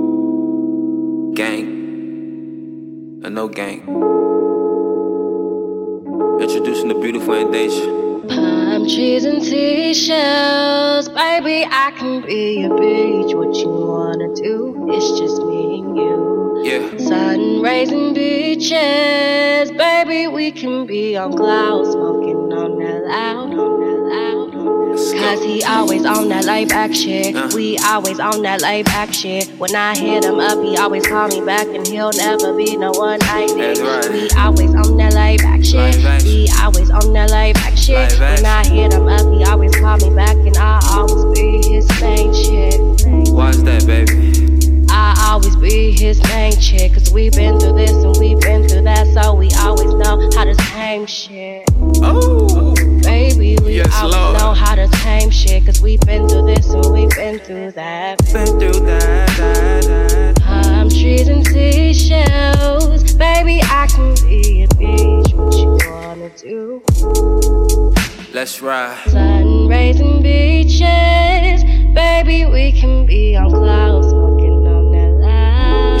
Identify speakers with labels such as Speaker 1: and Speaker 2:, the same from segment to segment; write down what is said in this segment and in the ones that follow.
Speaker 1: Folk, gang, and no gang. Introducing the beautiful Andasia.
Speaker 2: Palm trees and seashells, baby, I can be your beach. What you wanna do? It's just me and you.
Speaker 1: Yeah.
Speaker 2: Sun rays and beaches, baby, we can be on clouds, smoking on that loud, on that loud, on that loud.
Speaker 1: Let's go.
Speaker 2: Cause he always on that laid back shit.
Speaker 1: Uh.
Speaker 2: We always on that laid back shit. When I hit him up, he always call me back, and he'll never be no one I need.
Speaker 1: That's right.
Speaker 2: We always on that laid back shit.
Speaker 1: Laid back.
Speaker 2: We always on that laid back shit.
Speaker 1: Laid back.
Speaker 2: When I hit him up, he always call me back, and I always be his main chick.
Speaker 1: Watch that, baby.
Speaker 2: I always be his main chick. Cause we've been through this and we've been through that, so we always know how to tame shit.
Speaker 1: Oh,
Speaker 2: Baby, we
Speaker 1: Yes,
Speaker 2: always
Speaker 1: Lord.
Speaker 2: know how to tame shit. Cause we've been through this and we've been through that.
Speaker 1: been through that, that, that.
Speaker 2: Palm trees and seashells. Baby, I can be a beach. What you wanna do?
Speaker 1: Let's ride.
Speaker 2: Sun rays and beaches. Baby, we can be on clouds. Smoking on that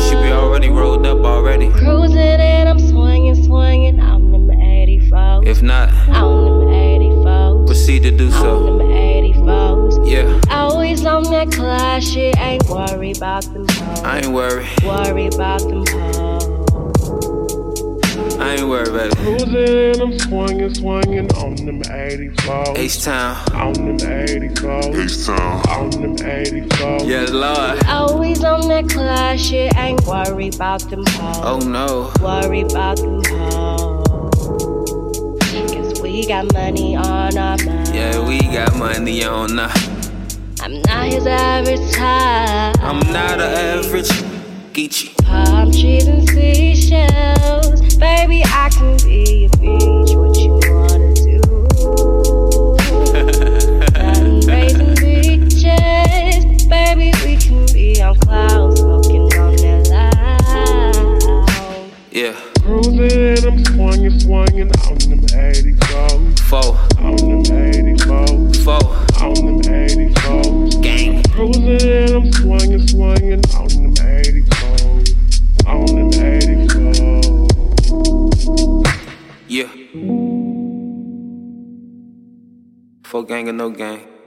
Speaker 1: You should be
Speaker 2: loud.
Speaker 1: already rolled up already.
Speaker 2: Cruising and I'm swinging, swinging. I'm number 84.
Speaker 1: If not,
Speaker 2: I'm number 84.
Speaker 1: proceed to do
Speaker 2: I'm
Speaker 1: so.
Speaker 2: number 84.
Speaker 1: Yeah,
Speaker 2: Always on that class shit. Ain't worry about them
Speaker 1: I
Speaker 2: hoes.
Speaker 1: ain't worried.
Speaker 2: Worry about them hoes.
Speaker 1: I ain't worried, baby.
Speaker 3: Cruising, I'm swinging, swinging on them 80 floors.
Speaker 1: H-Town.
Speaker 3: On them 80 floors.
Speaker 4: H-Town.
Speaker 3: On them 80 floors.
Speaker 1: Yeah, Lord.
Speaker 2: Always on that class shit, ain't worry about them
Speaker 1: Oh,
Speaker 2: hoes.
Speaker 1: no.
Speaker 2: Worry about them hoes. Cause we got money on our mind.
Speaker 1: Yeah, we got money on now.
Speaker 2: I'm not his average type.
Speaker 1: I'm not an average Geechee.
Speaker 2: Palm trees and seashells. Baby, I can be your beach. What you wanna do? Sun rays and beaches. Baby, we can be on clouds, smoking on that loud.
Speaker 1: Yeah,
Speaker 3: Cruising, I'm swinging, swinging on them 80 floors.
Speaker 1: four,
Speaker 3: On them 80 floors.
Speaker 1: four,
Speaker 3: On them 80 floors.
Speaker 1: gang.
Speaker 3: Cruising, I'm swinging, swinging on them 80 floors. On them 80 floors.
Speaker 1: Yeah. Four gang or no gang.